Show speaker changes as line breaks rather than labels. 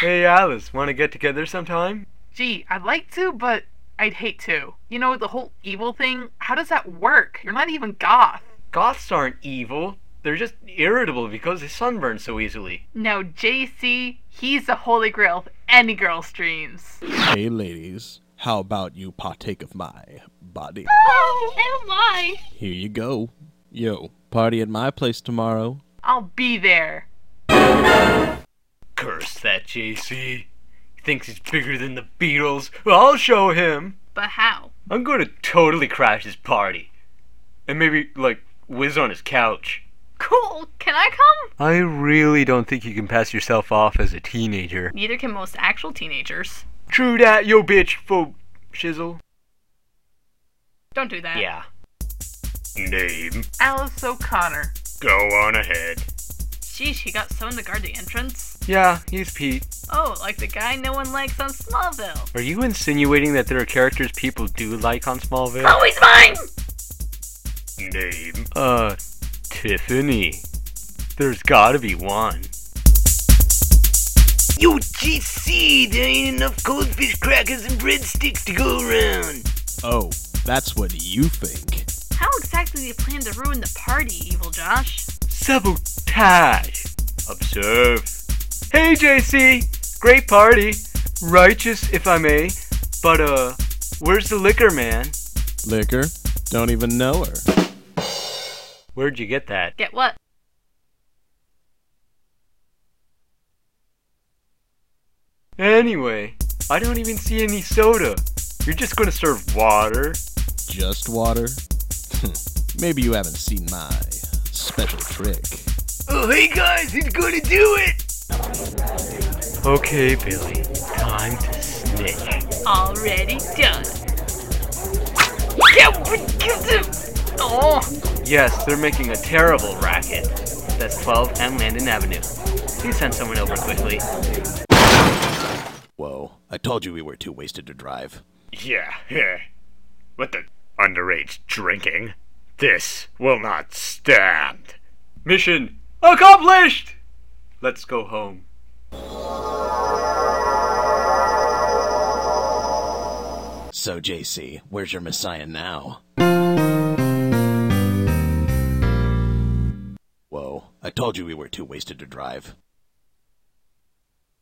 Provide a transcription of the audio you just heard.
Hey Alice, want to get together sometime?
Gee, I'd like to, but I'd hate to. You know, the whole evil thing, how does that work? You're not even goth.
Goths aren't evil. They're just irritable because they sunburn so easily.
No, JC, he's the holy grail of any girl's dreams.
Hey, ladies, how about you partake of my body?
Oh my!
Here you go. Yo, party at my place tomorrow.
I'll be there.
Curse that JC. He thinks he's bigger than the Beatles. Well, I'll show him.
But how?
I'm going to totally crash his party. And maybe, like, whiz on his couch.
Cool. Can I come?
I really don't think you can pass yourself off as a teenager.
Neither can most actual teenagers.
True dat, yo bitch, fo shizzle.
Don't do that.
Yeah. Name,
Alice O'Connor.
go on ahead.
Gee, she got so in the guard the entrance.
Yeah, he's Pete.
Oh, like the guy no one likes on Smallville.
Are you insinuating that there are characters people do like on Smallville?
Always Oh, mine!
Name, uh, Tiffany. There's gotta be one. Yo, GC, there ain't enough cold fish crackers and breadsticks to go around.
Oh, that's what you think.
How exactly do you plan to ruin the party, Evil Josh?
Sabotage. Observe. Hey, JC. Great party. Righteous, if I may. But, uh, where's the liquor, man?
Liquor? Don't even know her.
Where'd you get that?
Get what?
Anyway, I don't even see any soda. You're just gonna serve water.
Just water? Hmm, Maybe you haven't seen my special trick.
Oh, hey guys, he's gonna do it! Okay, Billy, time to snitch.
Already done. Yeah, but give the- Oh,
Yes, they're making a terrible racket. That's 12 and Landon Avenue. Please send someone over quickly.
Whoa, I told you we were too wasted to drive.
Yeah, yeah. What the underage drinking? This will not stand.
Mission accomplished! Let's go home.
So, JC, where's your messiah now? Whoa, I told you we were too wasted to drive.